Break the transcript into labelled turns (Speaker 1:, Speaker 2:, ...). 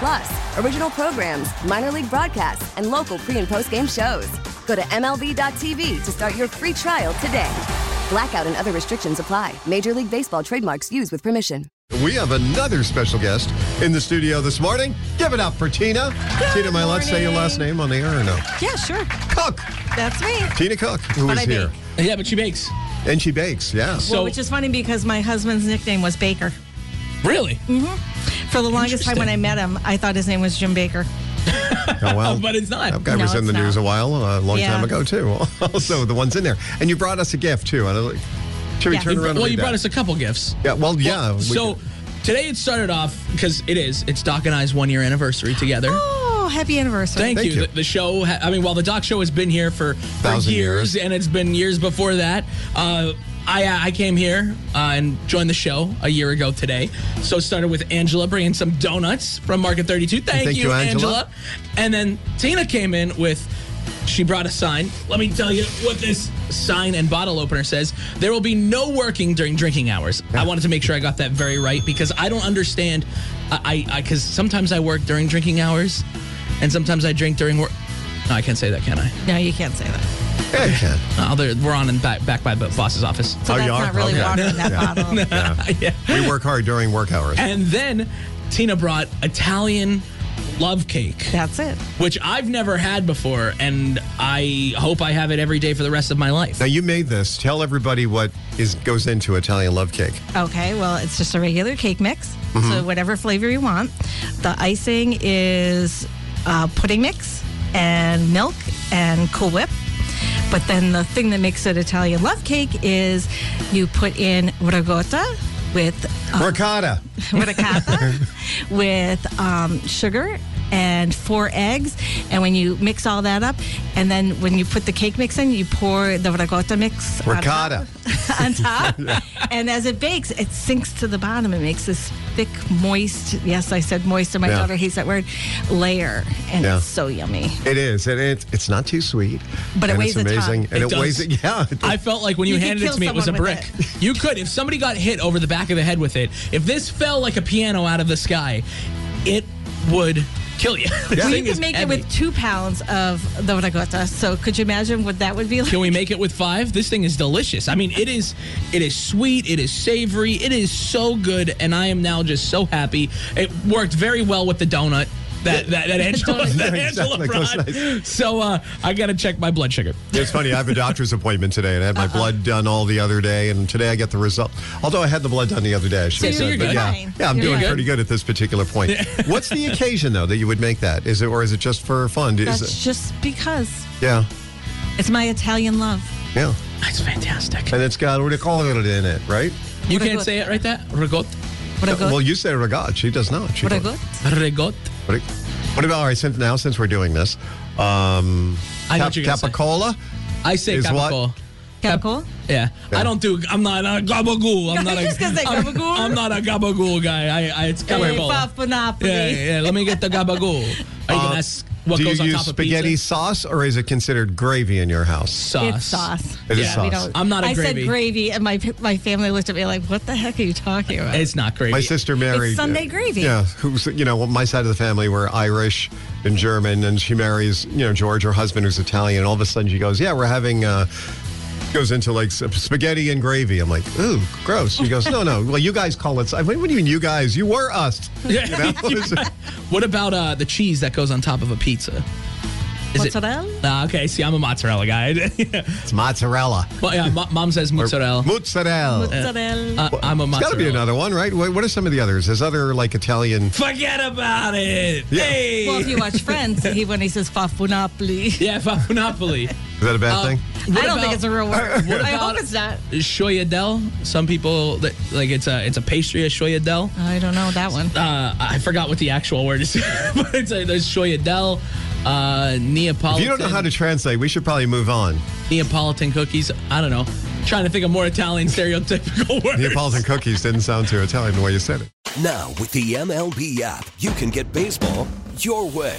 Speaker 1: Plus, original programs, minor league broadcasts, and local pre and post game shows. Go to MLB.tv to start your free trial today. Blackout and other restrictions apply. Major League Baseball trademarks used with permission.
Speaker 2: We have another special guest in the studio this morning. Give it up for Tina. Tina, am I allowed to say your last name on the air or no?
Speaker 3: Yeah, sure.
Speaker 2: Cook.
Speaker 3: That's me.
Speaker 2: Tina Cook, who
Speaker 3: But
Speaker 2: is
Speaker 3: I
Speaker 2: here.
Speaker 3: bake.
Speaker 4: Yeah, but she bakes.
Speaker 2: And she bakes, yeah.
Speaker 4: So
Speaker 3: well, which is funny because my husband's nickname was Baker.
Speaker 4: really,
Speaker 3: Mm-hmm. For the longest time when I met him, I thought his name was Jim Baker.
Speaker 2: Oh, wow.
Speaker 4: but it's not.
Speaker 2: That guy
Speaker 3: No,
Speaker 2: was in
Speaker 3: it's
Speaker 2: the news
Speaker 3: not.
Speaker 2: a while, uh, a long
Speaker 3: Yeah.
Speaker 2: time ago, too. Also, the one's in there. And you brought us a gift, too. I don't- Should we
Speaker 3: Yeah.
Speaker 2: turn
Speaker 3: You
Speaker 2: around and
Speaker 4: well,
Speaker 2: read
Speaker 4: you
Speaker 2: that?
Speaker 4: brought us a couple gifts.
Speaker 2: Yeah, well, yeah. we
Speaker 4: so
Speaker 2: could-
Speaker 4: today it started off because it is. It's Doc and I's one year anniversary together.
Speaker 3: Oh, happy anniversary.
Speaker 4: Thank,
Speaker 2: Thank
Speaker 4: you.
Speaker 2: you.
Speaker 4: The, the show, ha- I mean, while the Doc Show has been here for, for years,
Speaker 2: Thousand years.
Speaker 4: and it's been years before that, uh, I, I came here uh, and joined the show a year ago today. So it started with Angela bringing some donuts from Market 32. Thank,
Speaker 2: Thank you, Angela.
Speaker 4: And then Tina came in with. She brought a sign. Let me tell you what this sign and bottle opener says. There will be no working during drinking hours. I wanted to make sure I got that very right because I don't understand. I I because sometimes I work during drinking hours, and sometimes I drink during work. No, I can't say that, can I?
Speaker 3: No, you can't say that.
Speaker 2: Yeah, you can.
Speaker 4: Oh, there- we're on and back, back by the boss's office.
Speaker 3: So
Speaker 2: Oh,
Speaker 3: that's
Speaker 2: you are?
Speaker 3: not really
Speaker 2: Okay.
Speaker 3: water in that
Speaker 2: Yeah.
Speaker 3: bottle.
Speaker 2: Yeah.
Speaker 4: yeah.
Speaker 2: We work hard during work hours.
Speaker 4: And then Tina brought Italian love cake.
Speaker 3: That's it.
Speaker 4: which I've never had before, and I hope I have it every day for the rest of my life.
Speaker 2: Now you made this. Tell everybody what is goes into Italian love cake.
Speaker 3: Okay, well, it's just a regular cake mix.
Speaker 2: Mm-hmm.
Speaker 3: So, whatever flavor you want. The icing is uh, pudding mix and milk and Cool Whip. But then the thing that makes it Italian love cake is you put in ricotta with uh,
Speaker 2: Ricotta.
Speaker 3: ricotta with um, sugar and four eggs. And when you mix all that up, and then when you put the cake mix in, you pour the ricotta mix on top-
Speaker 2: Ricotta.
Speaker 3: on top. And as it bakes, it sinks to the bottom. It makes this thick, moist, yes, I said moist, and my
Speaker 2: Yeah.
Speaker 3: daughter hates that word, layer. And
Speaker 2: Yeah.
Speaker 3: it's so yummy.
Speaker 2: It is, and it's it's not too sweet,
Speaker 3: But it
Speaker 2: and
Speaker 3: weighs a
Speaker 2: it's
Speaker 3: ton.
Speaker 2: amazing, and it,
Speaker 4: It
Speaker 2: weighs
Speaker 4: does.
Speaker 2: it. Yeah, it
Speaker 4: I felt like when you,
Speaker 3: You could
Speaker 4: handed it
Speaker 3: kill
Speaker 4: to me, it was a
Speaker 3: someone
Speaker 4: brick.
Speaker 3: with
Speaker 4: You could, if somebody got hit over the back of the head with it, if this fell like a piano out of the sky, it would kill you. This
Speaker 3: We
Speaker 4: thing
Speaker 3: could
Speaker 4: is
Speaker 3: make it
Speaker 4: heavy.
Speaker 3: with two pounds of the ricotta. So could you imagine what that would be like?
Speaker 4: Can we make it with five? This thing is delicious. I mean, it is, it is sweet. It is savory. It is so good, and I am now just so happy. It worked very well with the donut that that, that Angela, that Angela
Speaker 2: Exactly, goes
Speaker 4: brought. So uh, I got to check my blood sugar.
Speaker 2: It's funny. I have a doctor's appointment today, and I had my
Speaker 3: Uh-huh.
Speaker 2: blood done all the other day, and today I get the result. Although I had the blood done the other day, I should
Speaker 4: So
Speaker 2: have
Speaker 4: you're
Speaker 2: said, but
Speaker 4: good.
Speaker 2: yeah,
Speaker 3: Fine.
Speaker 2: yeah, I'm
Speaker 3: You're
Speaker 2: doing
Speaker 3: good.
Speaker 2: pretty good at this particular point. What's the occasion though that you would make that? Is it or is it just for fun? Is
Speaker 3: That's just because
Speaker 2: it, yeah,
Speaker 3: it's my Italian love.
Speaker 2: yeah,
Speaker 4: That's fantastic.
Speaker 2: and it's got what do you call it in it, right?
Speaker 4: You
Speaker 3: What a
Speaker 4: can't
Speaker 3: good-
Speaker 4: say it right that Rigot.
Speaker 3: Ricotta.
Speaker 2: Well, you say regat. She does not. She
Speaker 3: ricotta.
Speaker 4: Rigot.
Speaker 2: What, what about all right? Since now, since we're doing this, um,
Speaker 4: I know
Speaker 2: cap,
Speaker 4: what you're gonna say.
Speaker 2: capicola.
Speaker 4: I say
Speaker 2: Is what?
Speaker 4: capicola.
Speaker 3: Chemical?
Speaker 4: Yeah. I don't do. I'm not a gabagool. I'm not a.
Speaker 3: Just 'cause they
Speaker 4: I'm-
Speaker 3: gabagool?
Speaker 4: I'm not a gabagool guy. I, I it's
Speaker 3: Hey,
Speaker 4: capicola.
Speaker 3: Papanopoulos.
Speaker 4: Yeah, yeah. Let me get the gabagool. Are you gonna ask what
Speaker 2: Uh, Do
Speaker 4: goes
Speaker 2: you
Speaker 4: on
Speaker 2: use
Speaker 4: top of
Speaker 2: spaghetti
Speaker 4: pizza?
Speaker 2: sauce or is it considered gravy in your house?
Speaker 4: Sauce.
Speaker 3: It's sauce.
Speaker 2: It is
Speaker 4: Yeah,
Speaker 3: We
Speaker 2: sauce.
Speaker 3: don't-
Speaker 4: I'm not a
Speaker 3: I
Speaker 4: gravy.
Speaker 3: said gravy, and my my family looked at me like, "What the heck are you talking about?"
Speaker 4: It's not gravy.
Speaker 2: My sister married uh,
Speaker 3: Sunday gravy.
Speaker 2: Yeah, who's you know my side of the family were Irish and German, and she marries you know George, her husband who's Italian. And all of a sudden she goes, yeah, we're having. Uh, goes into like sp- spaghetti and gravy. I'm like, ooh, gross. She goes, no, no. Well, you guys call it. I mean, what do you mean, you guys? You were us.
Speaker 4: Yeah.
Speaker 2: You know?
Speaker 4: What about uh, the cheese that goes on top of a pizza? Is it-
Speaker 3: Mozzarella?
Speaker 4: Ah, okay, see, I'm a mozzarella guy. yeah.
Speaker 2: It's mozzarella.
Speaker 4: But yeah, mo- mom says mozzarella.
Speaker 2: Mozzarella.
Speaker 3: Mozzarella.
Speaker 4: Uh, I'm a mozzarella.
Speaker 2: It's got to be another one, right? What what are some of the others? There's other like Italian.
Speaker 4: Forget about it.
Speaker 2: Yeah.
Speaker 4: Hey.
Speaker 3: well, if you watch Friends, he when he says "fafunapli,"
Speaker 4: yeah, fa- Monopoly.
Speaker 2: Is that a
Speaker 4: Uh,
Speaker 2: bad thing?
Speaker 3: I don't
Speaker 4: about-
Speaker 3: think it's a real word. I
Speaker 4: about-
Speaker 3: hope it's not.
Speaker 4: Shoyadel. Some people that like it's a it's a pastry a shoyadel.
Speaker 3: I don't know that one.
Speaker 4: Uh, I forgot what the actual word is, but it's a, there's shoyadel, uh,
Speaker 2: If
Speaker 4: Neapolitan.
Speaker 2: you don't know how to translate, we should probably move on.
Speaker 4: Neapolitan cookies. I don't know. trying to think of more Italian stereotypical words.
Speaker 2: Neapolitan cookies didn't sound too Italian the way you said it.
Speaker 5: Now, with the MLB app, you can get baseball your way.